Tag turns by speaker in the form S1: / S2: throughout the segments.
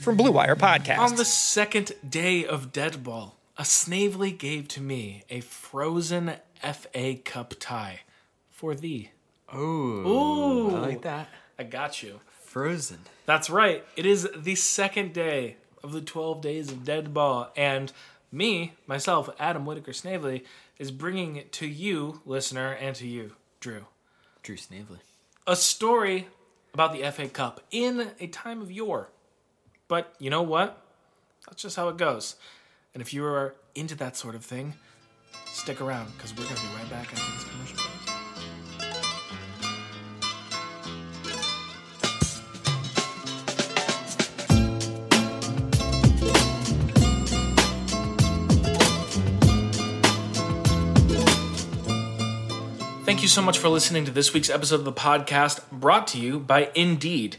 S1: from Blue Wire Podcast.
S2: On the second day of Deadball, a Snavely gave to me a frozen FA Cup tie for thee.
S3: Oh,
S2: Ooh.
S3: I like that.
S2: I got you.
S3: Frozen.
S2: That's right. It is the second day of the 12 days of Dead Ball. And me, myself, Adam Whitaker Snavely, is bringing it to you, listener, and to you, Drew,
S3: Drew Snavely.
S2: a story about the FA Cup in a time of yore. But you know what? That's just how it goes. And if you are into that sort of thing, stick around because we're going to be right back after this commercial break. Thank you so much for listening to this week's episode of the podcast brought to you by Indeed.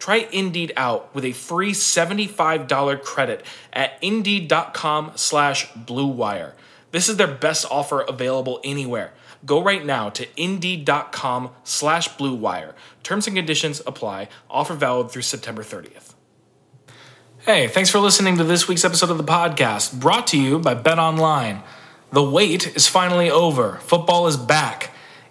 S2: Try Indeed out with a free $75 credit at indeed.com slash bluewire. This is their best offer available anywhere. Go right now to indeed.com slash bluewire. Terms and conditions apply. Offer valid through September 30th. Hey, thanks for listening to this week's episode of the podcast, brought to you by Bet Online. The wait is finally over. Football is back.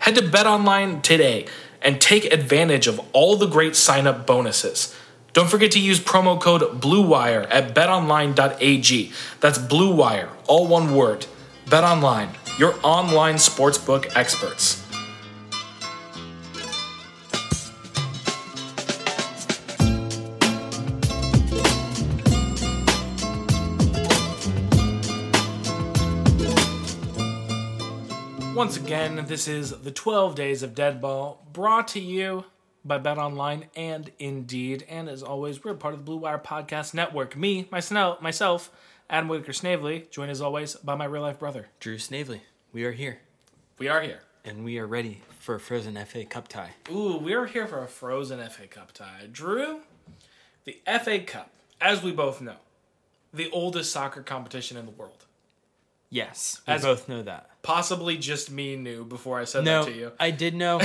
S2: Head to BetOnline today and take advantage of all the great sign up bonuses. Don't forget to use promo code BLUEWIRE at betonline.ag. That's BLUEWIRE, all one word. BetOnline, your online sportsbook experts. Once again, this is the 12 Days of Deadball brought to you by Bet Online and Indeed. And as always, we're part of the Blue Wire Podcast Network. Me, myself, myself Adam Whitaker Snavely, joined as always by my real life brother.
S3: Drew Snavely. We are here,
S2: We are here.
S3: and we are ready for a frozen FA Cup tie.
S2: Ooh, we are here for a frozen FA Cup tie. Drew, the FA Cup, as we both know, the oldest soccer competition in the world.
S3: Yes, we
S2: As-
S3: both know that.
S2: Possibly just me knew before I said
S3: No,
S2: that to you.
S3: I did know.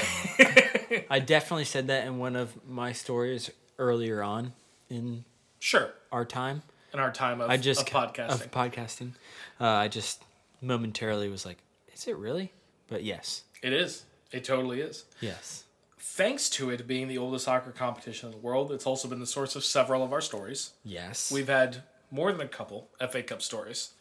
S3: I definitely said that in one of my stories earlier on in
S2: Sure.
S3: our time.
S2: In our time of,
S3: I just
S2: of podcasting.
S3: Of podcasting. Uh, I just momentarily was like, "Is it really?" But yes,
S2: it is. It totally is.
S3: yes,
S2: Thanks to it being the oldest soccer competition in the world, it's also been the source of several of our stories.
S3: yes.
S2: We've had more than a couple FA Cup stories,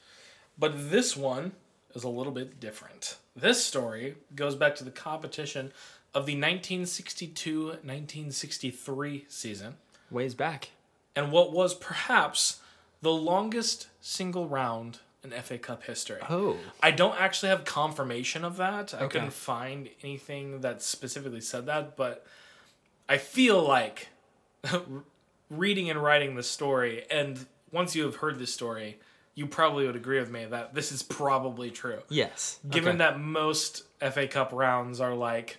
S2: but this one is a little bit different. This story goes back to the competition of the 1962 1963 season
S3: ways back.
S2: and what was perhaps the longest single round in FA Cup history.
S3: Oh.
S2: I don't actually have confirmation of that. I
S3: Okay.
S2: couldn't find anything that specifically said that, but I feel like reading and writing this story, and once you have heard this story, you probably would agree with me that this is probably true.
S3: Yes.
S2: Given
S3: Okay.
S2: that most FA Cup rounds are like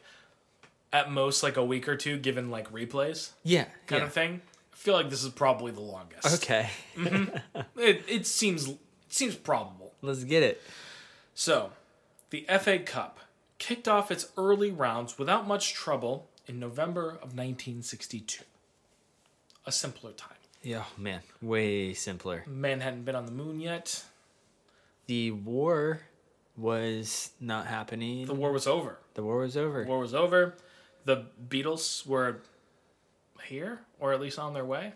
S2: at most like a week or two, given like replays
S3: Yeah.
S2: kind
S3: yeah.
S2: of thing, I feel like this is probably the longest.
S3: Okay.
S2: It, it seems it seems probable.
S3: Let's get it.
S2: So, the FA Cup kicked off its early rounds without much trouble in November of 1962. A simpler time.
S3: Yeah, Oh, man. Way simpler.
S2: Man hadn't been on the moon yet.
S3: The war was not happening.
S2: The
S3: The,
S2: war was over.
S3: war was over.
S2: The war was over. The Beatles were here, or at least on their way.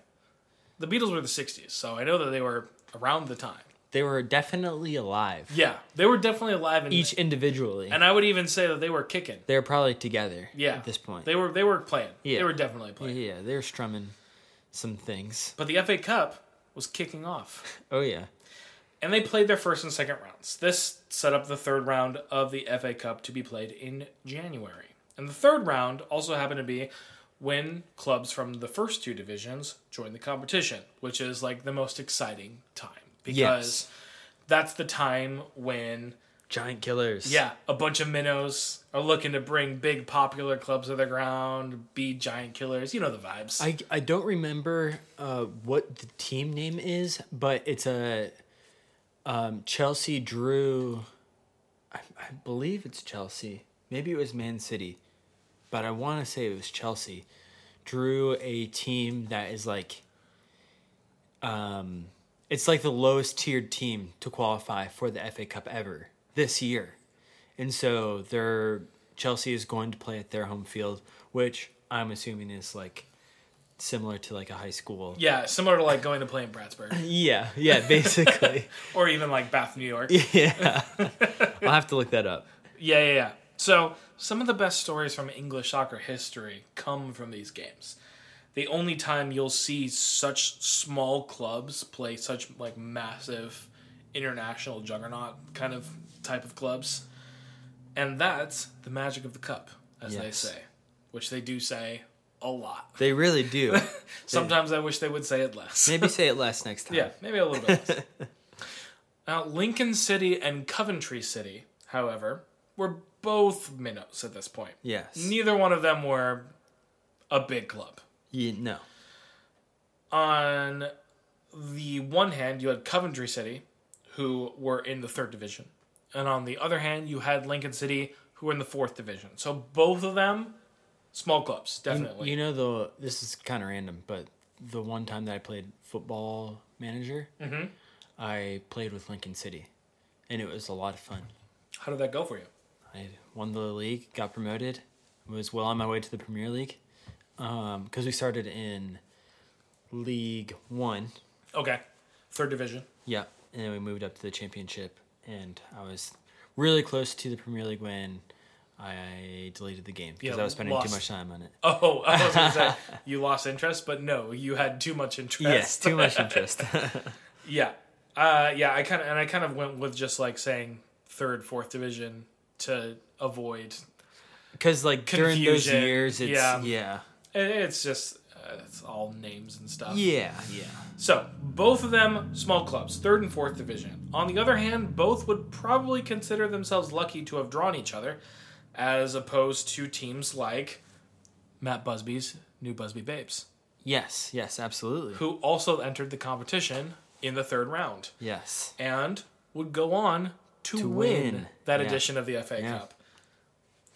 S2: The Beatles were the 60s, so I know that they were around the time.
S3: They were definitely alive.
S2: Yeah, they were definitely alive. And,
S3: Each individually.
S2: and I would even say that they were kicking.
S3: They're probably together
S2: Yeah,
S3: at this point.
S2: they were they were playing.
S3: Yeah.
S2: They were definitely playing.
S3: yeah, they're strumming some things.
S2: But the FA Cup was kicking off.
S3: Oh yeah.
S2: and they played their first and second rounds. This set up the third round of the FA Cup to be played in January. And the third round also happened to be when clubs from the first two divisions joined the competition, which is like the most exciting time because
S3: Yes.
S2: that's the time when
S3: Giant killers.
S2: yeah, a bunch of minnows are looking to bring big popular clubs to the ground, be giant killers, you know the vibes.
S3: I, I don't remember uh, what the team name is, but it's a um, Chelsea drew. I, I believe it's Chelsea. Maybe it was Man City, but I want to say it was Chelsea. Drew a team that is like, um, it's like the lowest tiered team to qualify for the FA Cup ever this year. And so their Chelsea is going to play at their home field, which I'm assuming is like similar to like a high school.
S2: yeah, similar to like going to play in Bratsburg
S3: Yeah, yeah, basically.
S2: or even like Bath, New York.
S3: yeah. I'll have to look that up.
S2: Yeah, yeah, yeah. So, some of the best stories from English soccer history come from these games. The only time you'll see such small clubs play such like massive international juggernaut kind of type of clubs. And that's the magic of the cup, as they
S3: Yes.
S2: say, which they do say a lot.
S3: They really do.
S2: Sometimes I wish they would say it less.
S3: Maybe say it less next time.
S2: Yeah, maybe a little bit less. now, Lincoln City and Coventry City, however, were both minnows at this point.
S3: Yes.
S2: Neither one of them were a big club.
S3: Ye- no.
S2: On the one hand, you had Coventry City, who were in the third division. And on the other hand, you had Lincoln City, who were in the fourth division. So both of them, small clubs, definitely.
S3: You know the this is kind of random, but the one time that I played football manager, I played with Lincoln City, and it was a lot of fun.
S2: How did that go for you?
S3: I won the league, got promoted, was well on my way to the Premier League, because we started in League One.
S2: Okay. Third division.
S3: Yeah, and then we moved up to the championship, and I was really close to the Premier League when I deleted the game because
S2: Yeah,
S3: I was spending
S2: lost.
S3: too much time on it.
S2: Oh, I was gonna say you lost interest, but no, you had too much interest.
S3: Yes, too much interest.
S2: yeah, uh, yeah. I kind of and I kind of went with just like saying third, fourth division to avoid.
S3: Because like during those
S2: Confusion,
S3: years, it's
S2: yeah.
S3: yeah, yeah,
S2: it- It's just uh, it's all names and stuff.
S3: yeah,
S2: So both of them small clubs, third and fourth division. On the other hand, both would probably consider themselves lucky to have drawn each other, as opposed to teams like Matt Busby's New Busby Babes,
S3: Yes, yes, absolutely.
S2: who also entered the competition in the third round.
S3: Yes,
S2: and would go on to,
S3: To
S2: win,
S3: win.
S2: that
S3: Yeah.
S2: edition of the FA
S3: Yeah.
S2: Cup.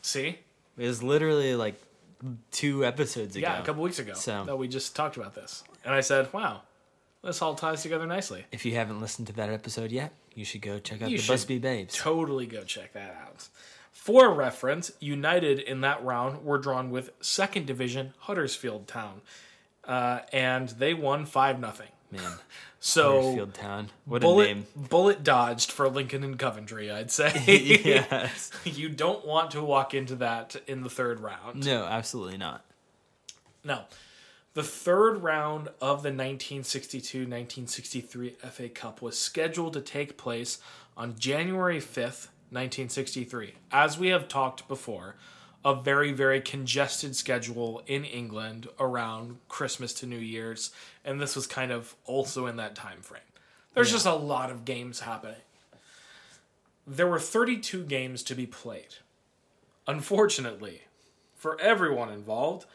S2: See?
S3: it was literally like two episodes ago.
S2: Yeah, a couple weeks ago
S3: So-
S2: that we just talked about this. And I said, wow, this all ties together nicely.
S3: If you haven't listened to that episode yet, you should go check out
S2: You
S3: the
S2: should
S3: Busby Babes.
S2: Totally go check that out. For reference, United in that round were drawn with second division Huddersfield Town, uh, and they won 5 nothing.
S3: Man,
S2: So,
S3: Fairfield Town, what a
S2: bullet,
S3: name.
S2: bullet dodged for Lincoln and Coventry, I'd say.
S3: yes.
S2: you don't want to walk into that in the third round.
S3: No, absolutely not.
S2: No. The third round of the 1962 1963 FA Cup was scheduled to take place on January 5th, 1963. As we have talked before, a very, very congested schedule in England around Christmas to New Year's, and this was kind of also in that time frame. There's just a lot of games happening. There were 32 games to be played. Unfortunately, for everyone involved,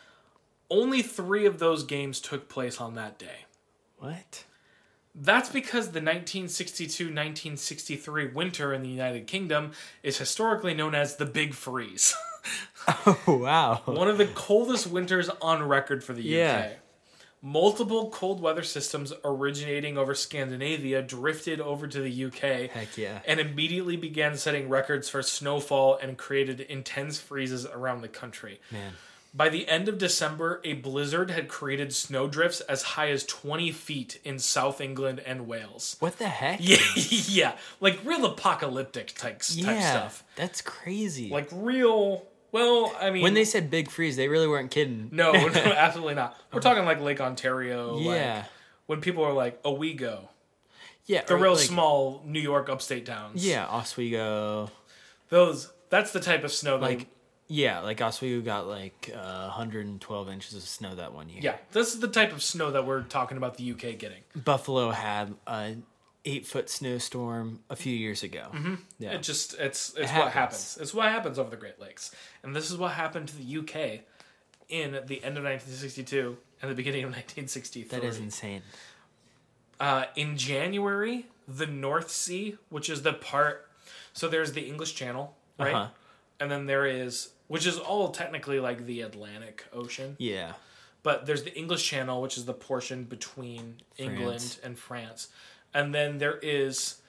S2: only three of those games took place on that day.
S3: What?
S2: That's because the 1962 1963 winter in the United Kingdom is historically known as the Big Freeze,
S3: Oh wow.
S2: one of the coldest winters on record for the
S3: Yeah.
S2: UK. Multiple cold weather systems originating over Scandinavia drifted over to the UK
S3: Heck yeah.
S2: and immediately began setting records for snowfall and created intense freezes around the country.
S3: Man.
S2: By the end of December, a blizzard had created snowdrifts as high as 20 feet in South England and Wales.
S3: What the heck?
S2: Yeah, yeah, like real apocalyptic type, type
S3: Yeah,
S2: stuff.
S3: That's crazy.
S2: Like real. Well, I mean,
S3: when they said big freeze, they really weren't kidding.
S2: no, no, absolutely not. We're talking like Lake Ontario.
S3: Yeah.
S2: Like, when people are like Owego,
S3: yeah.
S2: the
S3: or,
S2: real
S3: like,
S2: small New York upstate towns.
S3: Yeah, Oswego.
S2: those. That's the type of snow. Like,
S3: Like yeah, like Oswego got like uh, 112 inches of snow that one year.
S2: yeah, this is the type of snow that we're talking about the UK getting.
S3: Buffalo had an eight foot snowstorm a few years ago.
S2: Mm-hmm.
S3: Yeah.
S2: It just it's it's what
S3: happens.
S2: happens. It's what happens over the Great Lakes, and this is what happened to the UK in the end of 1962 and the beginning of 1963.
S3: that is insane.
S2: uh, in January, the North Sea, which is the part. So there's the English Channel, right?
S3: Uh-huh.
S2: And then there is, which is all technically like the Atlantic Ocean,
S3: Yeah.
S2: but there's the English Channel, which is the portion between England
S3: France.
S2: and France. And then there is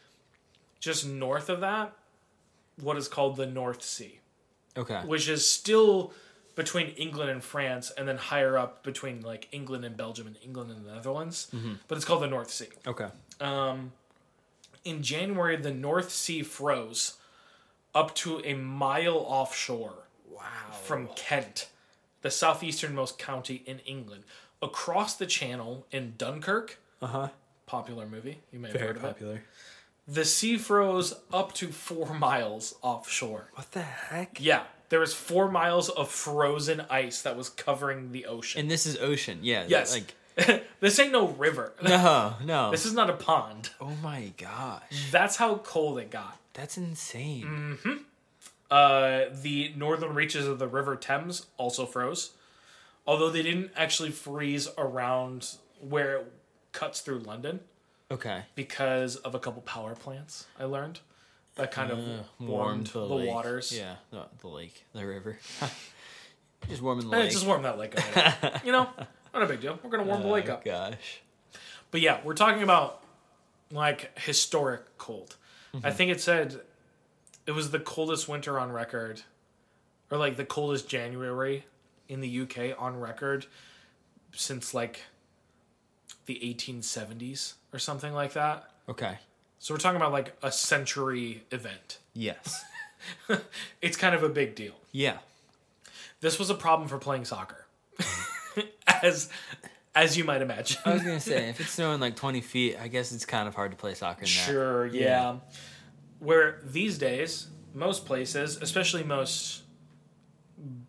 S2: just north of that what is called the North Sea,
S3: Okay.
S2: which is still between England and France, and then higher up between like England and Belgium and England and the Netherlands.
S3: Mm-hmm.
S2: But it's called the North Sea
S3: Okay.
S2: in January, the North Sea froze up to a mile offshore from Kent, the southeasternmost county in England, across the channel in Dunkirk. Uh huh.
S3: Uh-huh.
S2: Popular movie. You may have heard of it. The sea froze up to four miles offshore.
S3: What the heck?
S2: Yeah, there was four miles of frozen ice that was covering the ocean.
S3: And this is ocean. Yeah. that-
S2: yes.
S3: Like
S2: this ain't no river.
S3: no, no.
S2: This is not a pond.
S3: oh my gosh.
S2: That's how cold it got.
S3: That's insane.
S2: Uh, the northern reaches of the River Thames also froze, although they didn't actually freeze around where it cuts through London
S3: Okay.
S2: because of a couple power plants. I learned that kind of warmed, the,
S3: lake.
S2: waters.
S3: Yeah, the, the lake, the river. just warming the
S2: Eh,
S3: lake.
S2: just warm that lake. up. you know, not a big deal. We're gonna warm the lake
S3: Oh,
S2: up.
S3: Gosh.
S2: But yeah, we're talking about like historic cold. I think it said it was the coldest winter on record, or like the coldest January in the UK on record since like the 1870s or something like that.
S3: Okay.
S2: So we're talking about like a century event.
S3: Yes.
S2: It's kind of a big deal.
S3: Yeah.
S2: This was a problem for playing soccer. as as you might imagine.
S3: I was gonna say if it's snowing like 20 feet, I guess it's kind of hard to play soccer in that.
S2: Sure, yeah. Where these days, most places, especially most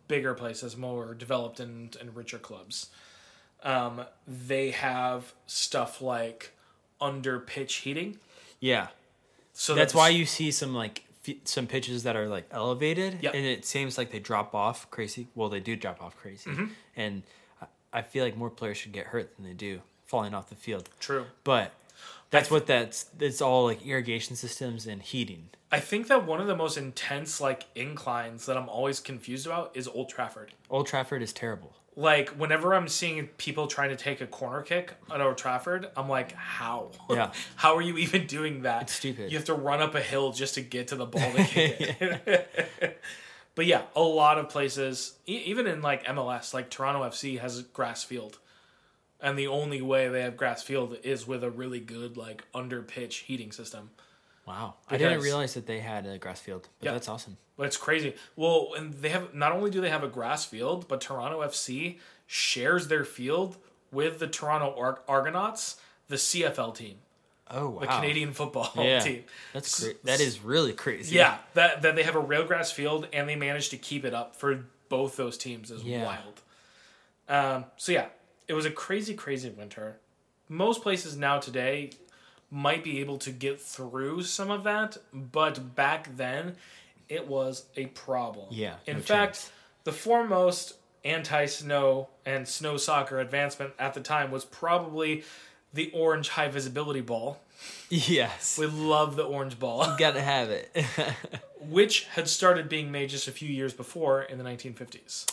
S2: bigger places, more developed and, and richer clubs, um, they have stuff like under pitch heating.
S3: Yeah.
S2: So
S3: That's why you see some like f- some pitches that are like elevated,
S2: Yep.
S3: and it seems like they drop off crazy. Well, they do drop off crazy,
S2: Mm-hmm.
S3: and I, I feel like more players should get hurt than they do falling off the field.
S2: True.
S3: But that's what that's. It's all like irrigation systems and heating.
S2: I think that one of the most intense like inclines that I'm always confused about is Old Trafford.
S3: Old Trafford is terrible.
S2: Like whenever I'm seeing people trying to take a corner kick at Old Trafford, I'm like, how?
S3: Yeah.
S2: how are you even doing that? It's
S3: stupid.
S2: You have to run up a hill just to get to the ball to kick it. but yeah, a lot of places, e- even in like MLS, like Toronto FC has a grass field, and the only way they have grass field is with a really good like under pitch heating system.
S3: Wow, I didn't
S2: Because-
S3: realize that they had a grass field. But
S2: Yeah.
S3: that's awesome.
S2: But it's crazy. Well, and they have not only do they have a grass field, but Toronto FC shares their field with the Toronto Ar- Argonauts, the CFL team,
S3: Oh wow.
S2: the Canadian football
S3: yeah.
S2: team.
S3: That's cra- that is really crazy.
S2: Yeah, that that they have a railgrass field and they managed to keep it up for both those teams is
S3: Yeah.
S2: wild. Um, so yeah, it was a crazy, crazy winter. Most places now today might be able to get through some of that, but back then it was a problem.
S3: Yeah,
S2: In
S3: no
S2: fact,
S3: chance.
S2: the foremost anti-snow and snow soccer advancement at the time was probably the orange high visibility ball.
S3: Yes.
S2: We love the orange ball.
S3: gotta have it.
S2: which had started being made just a few years before in the 1950s.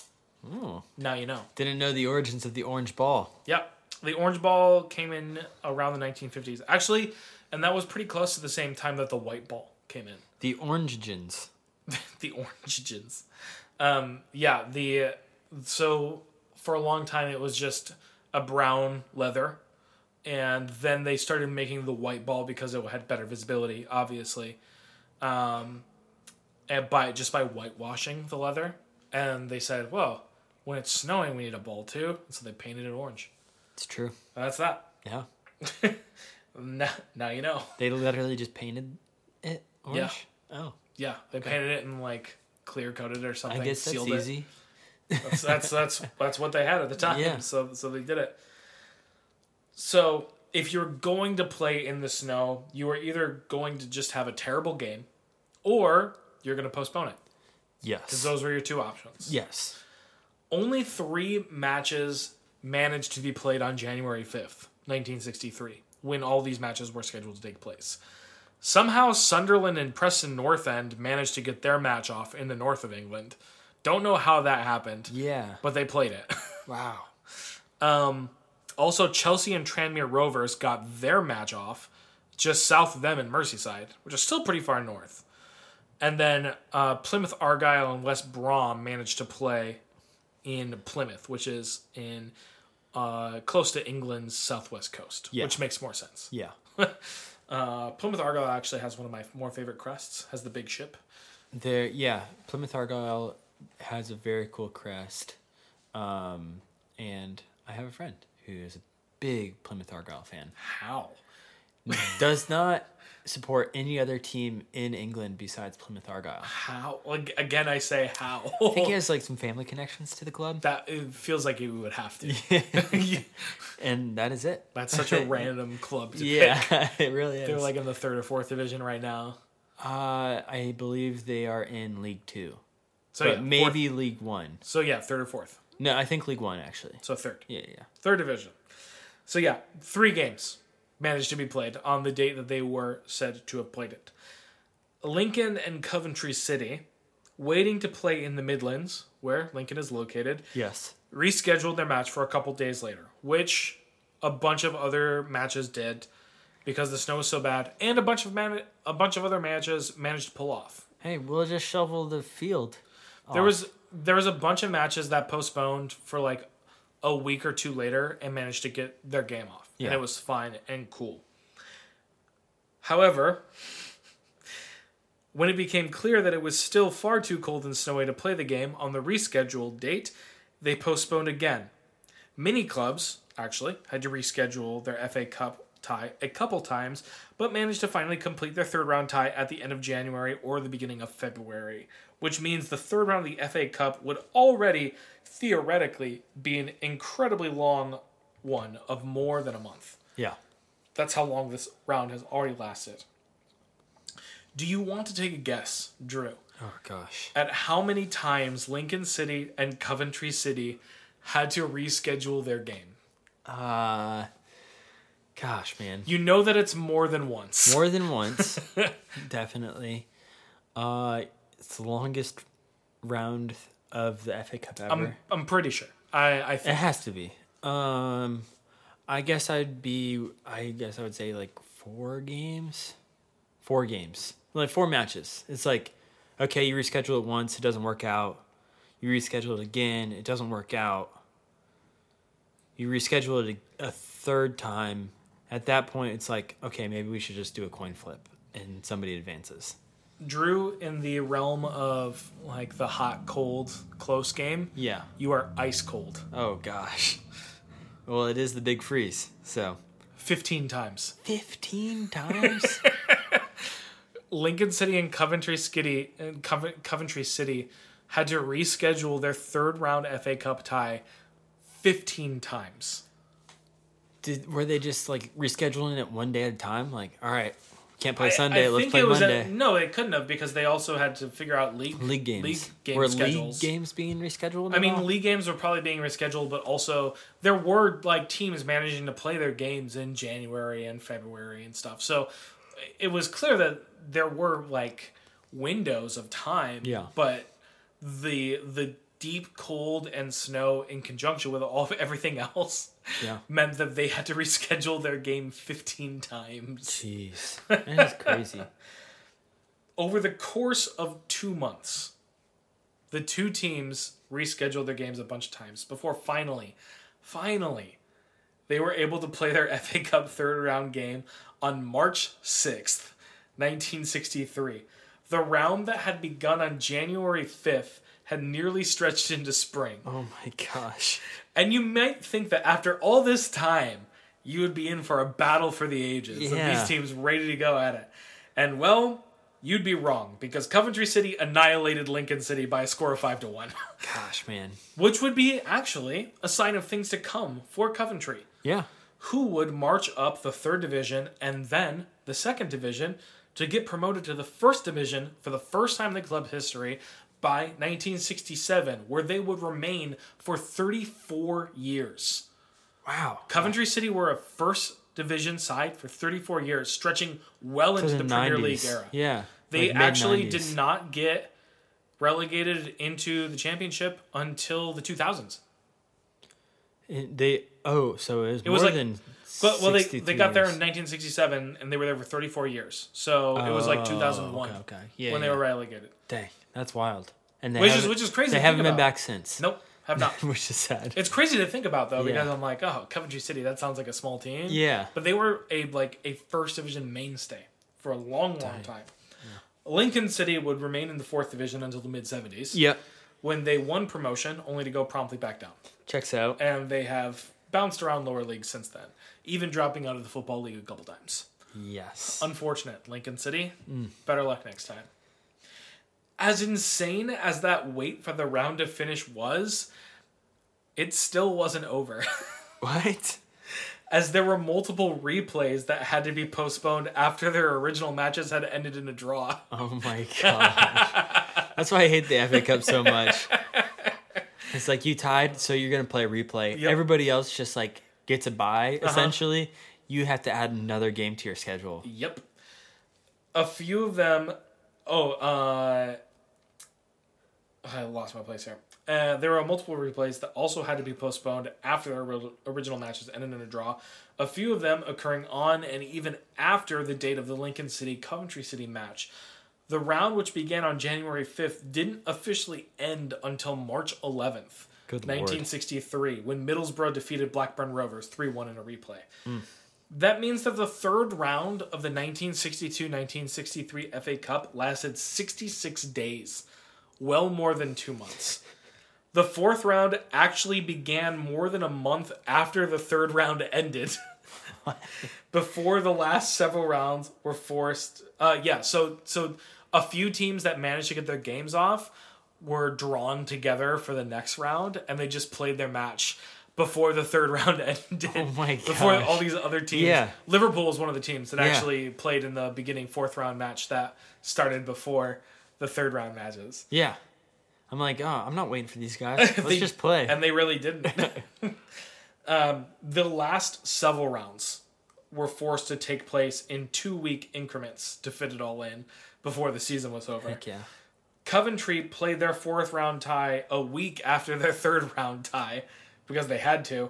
S2: Now you know.
S3: Didn't know the origins of the orange ball.
S2: Yep. The orange ball came in around the 1950s. Actually, and that was pretty close to the same time that the white ball came in.
S3: The orangegens.
S2: The oranges. Um, yeah, the so for a long time it was just a brown leather and then they started making the white ball because it had better visibility, obviously. Um, and by just by whitewashing the leather, and they said, "Well, when it's snowing, we need a ball too," and so they painted it orange.
S3: It's true.
S2: And that's that.
S3: Yeah.
S2: Now, now you know.
S3: They literally just painted it orange. Oh,
S2: Yeah, they painted it and like clear coated it or
S3: I
S2: something.
S3: guess that's
S2: sealed It.
S3: easy.
S2: That's, that's that's that's what they had at the time.
S3: Yeah.
S2: So so they did it. So if you're going to play in the snow, you are either going to just have a terrible game, or you're going to postpone it.
S3: Yes.
S2: Those were your two options.
S3: yes.
S2: Only three matches managed to be played on January 5th, 1963, when all these matches were scheduled to take place. Somehow, Sunderland and Preston North End managed to get their match off in the north of England. Don't know how that happened,
S3: Yeah.
S2: but they played it.
S3: Wow.
S2: Also, Chelsea and Tranmere Rovers got their match off just south of them in Merseyside, which is still pretty far north. And then uh, Plymouth Argyle and West Brom managed to play in Plymouth, which is in uh, close to England's southwest coast,
S3: Yeah.
S2: which makes more sense.
S3: Yeah.
S2: Uh, Plymouth Argyle actually has one of my more favorite crests, has the big ship.
S3: There. Yeah. Plymouth Argyle has a very cool crest, um, and I have a friend who is a big Plymouth Argyle fan.
S2: How?
S3: Does not support any other team in England besides Plymouth Argyle. I
S2: How? Like, again, I say how.
S3: think he has like some family connections to the club,
S2: that it feels like you would have to.
S3: and that is it.
S2: That's such a random club to pick.
S3: Yeah, it really is.
S2: They're like in the third or fourth division right now.
S3: Uh, I believe they are in League Two,
S2: So
S3: but
S2: yeah, fourth-
S3: maybe League One.
S2: So yeah, third or fourth.
S3: No, I think League One actually.
S2: So third,
S3: Yeah, yeah.
S2: third division. So yeah, three games managed to be played on the date that they were said to have played it. Lincoln and Coventry City, waiting to play in the Midlands, where Lincoln is located,
S3: Yes.
S2: rescheduled their match for a couple days later, which a bunch of other matches did because the snow was so bad, and a bunch of man- a bunch of other matches managed to pull off.
S3: Hey, we'll just shovel the field.
S2: There was there was a bunch of matches that postponed for like a week or two later and managed to get their game off.
S3: Yeah.
S2: And it was fine and cool. However, when it became clear that it was still far too cold and snowy to play the game on the rescheduled date, they postponed again. Many clubs, actually, had to reschedule their FA Cup tie a couple times, but managed to finally complete their third round tie at the end of January or the beginning of February, which means the third round of the FA Cup would already theoretically be an incredibly long one of more than a month.
S3: Yeah.
S2: That's how long this round has already lasted. Do you want to take a guess, Drew,
S3: Oh gosh.
S2: at how many times Lincoln City and Coventry City had to reschedule their game?
S3: Uh, gosh, man.
S2: You know that it's more than once.
S3: More than once, definitely. Uh, it's the longest round of the FA Cup ever.
S2: I'm, I'm pretty sure. I, I
S3: It
S2: think
S3: has to be. Um, I guess I'd be. I guess I would say like four games, four games, like four matches. It's like, okay, you reschedule it once, it doesn't work out. You reschedule it again, it doesn't work out. You reschedule it a, a third time. At that point, it's like, okay, maybe we should just do a coin flip, and somebody advances.
S2: Drew in the realm of like the hot, cold, close game.
S3: Yeah.
S2: You are ice cold.
S3: Oh gosh. Well, it is the big freeze. So
S2: 15 times.
S3: 15 times?
S2: Lincoln City and Coventry City and Cove- Coventry City had to reschedule their third round FA Cup tie 15 times.
S3: Did, were they just like rescheduling it one day at a time? Like, all right, can't play
S2: I-
S3: Sunday.
S2: I
S3: let's
S2: think
S3: play
S2: it was at-
S3: Monday.
S2: no, they couldn't have because they also had to figure out league
S3: league games.
S2: league game
S3: were
S2: schedules.
S3: league games being rescheduled?
S2: I
S3: at
S2: mean,
S3: all?
S2: league games were probably being rescheduled, but also there were like teams managing to play their games in January and February and stuff. So it was clear that there were like windows of time.
S3: Yeah.
S2: But the the deep cold and snow in conjunction with all of everything else
S3: Yeah.
S2: meant that they had to reschedule their game 15 times
S3: Jeez, that is crazy.
S2: over the course of 2 months. The two teams rescheduled their games a bunch of times before finally finally they were able to play their FA Cup third round game on March 6th, 1963. The round that had begun on January 5th had nearly stretched into spring.
S3: Oh my gosh.
S2: And you might think that after all this time, you would be in for a battle for the ages. of
S3: Yeah.
S2: these teams ready to go at it. And well, you'd be wrong because Coventry City annihilated Lincoln City by a score of 5 to 1,
S3: Gosh, man.
S2: which would be actually a sign of things to come for Coventry
S3: Yeah.
S2: who would march up the third division and then the second division to get promoted to the first division for the first time in the club history by 1967, where they would remain for 34 years.
S3: Wow.
S2: Coventry City were a first division side for 34 years, stretching well into the, Premier League era.
S3: Yeah.
S2: They
S3: like
S2: actually
S3: mid-nineties.
S2: did not get relegated into the championship until the 2000s.
S3: And They oh, so it was
S2: was
S3: more
S2: like-
S3: than.
S2: But well, they, they
S3: 63
S2: got there in
S3: years.
S2: 1967 and they were there for 34 years. So it was like 2001
S3: Oh, okay, okay. Yeah,
S2: when
S3: yeah.
S2: they were relegated.
S3: Dang, that's wild. And they
S2: Which is-
S3: haven't-
S2: which is crazy
S3: They
S2: to
S3: haven't
S2: think
S3: been
S2: about.
S3: back since.
S2: Nope, have not.
S3: which is sad.
S2: it's crazy to think about though because
S3: Yeah.
S2: I'm like, oh, Coventry City, that sounds like a small team.
S3: Yeah.
S2: but they were a like a first division mainstay for a long, long time. Lincoln City would remain in the fourth division until the mid 70s
S3: yep.
S2: when they won promotion, only to go promptly back down.
S3: Checks out.
S2: And they have bounced around lower leagues since then, even dropping out of the football league a couple times.
S3: Yes.
S2: Unfortunate, Lincoln City.
S3: Mm.
S2: Better luck next time. As insane as that wait for the round to finish was, it still wasn't over,
S3: what?
S2: as there were multiple replays that had to be postponed after their original matches had ended in a draw.
S3: Oh my god. That's why I hate the FA Cup so much. It's like you tied, so you're gonna play replay.
S2: Yep. Uh-huh.
S3: Everybody else just like gets a bye essentially. You have to add another game to your schedule.
S2: Yep. A few of them. Oh, uh, I lost my place here. Uh, there were multiple replays that also had to be postponed after their ori- original matches ended in a draw. A few of them occurring on and even after the date of the Lincoln City Coventry City match. The round, which began on January 5th, didn't officially end until March 11th,
S3: Good lord.
S2: 1963, when Middlesbrough defeated Blackburn Rovers 3 1 in a replay. That means that the third round of the 1962 1963 FA Cup lasted 66 days, well more than two months. The fourth round actually began more than a month after the third round ended. Before the last several rounds were forced, uh, yeah. So, so a few teams that managed to get their games off were drawn together for the next round, and they just played their match before the third round ended.
S3: Oh my
S2: Before
S3: gosh.
S2: all these other teams,
S3: Yeah.
S2: Liverpool is one of the teams that actually played in the beginning fourth round match that started before the third round matches.
S3: Yeah. I'm like, oh, I'm not waiting for these guys. Let's
S2: They-
S3: just play.
S2: And they really didn't. um, the last several rounds were forced to take place in two week increments to fit it all in before the season was over.
S3: Heck yeah.
S2: Coventry played their fourth round tie a week after their third round tie because they had to.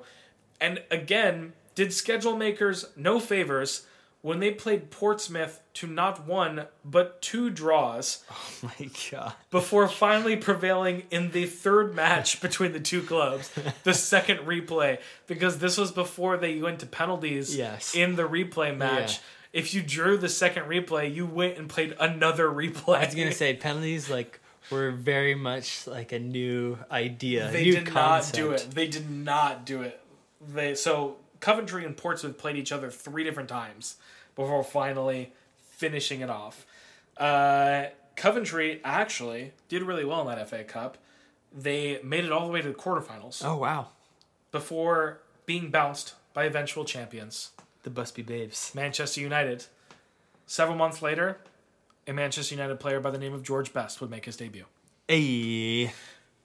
S2: And again, did schedule makers no favors when they played Portsmouth to not one but two draws
S3: Oh my god.
S2: before finally prevailing in the third match between the two clubs, the second replay, because this was before they went to penalties
S3: Yes.
S2: in the replay match. If you drew the second replay, you went and played another replay.
S3: I was gonna say penalties like were very much like a new idea.
S2: they
S3: new
S2: did not do it. They did not do it. they so Coventry and Portsmouth played each other three different times before finally finishing it off. Uh, Coventry actually did really well in that FA Cup. They made it all the way to the quarterfinals
S3: Oh wow,
S2: before being bounced by eventual champions
S3: the Busby Babes.
S2: Manchester United. Several months later, a Manchester United player by the name of George Best would make his debut.
S3: Hey,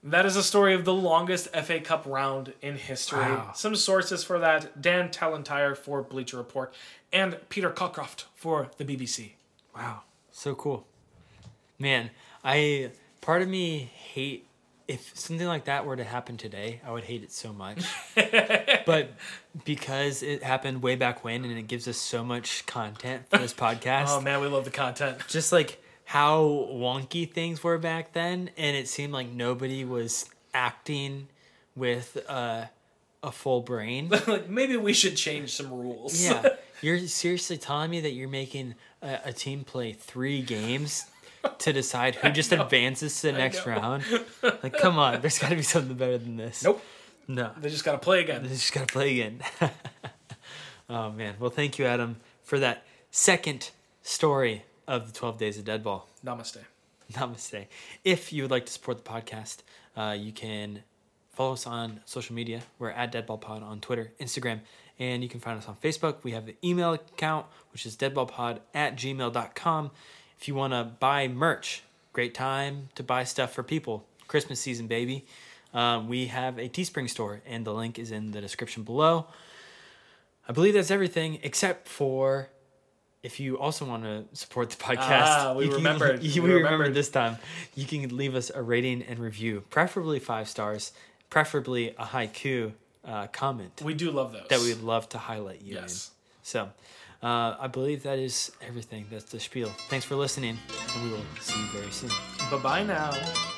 S2: That is a story of the longest FA Cup round in history.
S3: Wow.
S2: Some sources for that Dan Talentire for Bleacher Report and Peter Cockcroft for the BBC.
S3: wow, so cool, man. I part of me hate if something like that were to happen today. I would hate it so much, but because it happened way back when, and it gives us so much content for this podcast.
S2: Oh man, we love the content.
S3: just like how wonky things were back then and it seemed like nobody was acting with uh, a full brain
S2: like maybe we should change some rules.
S3: yeah you're seriously telling me that you're making a, a team play three games to decide who just advances to the next round like come on there's got to be something better than this
S2: nope.
S3: no
S2: They just gotta play again.
S3: they just got to play again oh man well thank you adam for that second story of the 12 days of dead ball
S2: Namaste.
S3: Namaste. If you would like to support the podcast, uh, you can follow us on social media. We're at DeadballPod on Twitter, Instagram, and you can find us on Facebook. We have an email account, which is deadballpod at gmail.com. If you want to buy merch, great time to buy stuff for people. Christmas season, baby. Um, we have a Teespring store, and the link is in the description below. I believe that's everything except for if you also want to support the podcast.
S2: Ah, we
S3: you can-
S2: remembered.
S3: you-
S2: We
S3: we
S2: remembered.
S3: remembered this time. You can leave us a rating and review, preferably five stars, preferably a haiku uh, comment
S2: We do love those.
S3: that we would love to highlight you
S2: Yes.
S3: in. So uh, I believe that is everything. That's the spiel. Thanks for listening, and we will see you very soon.
S2: Bye bye now.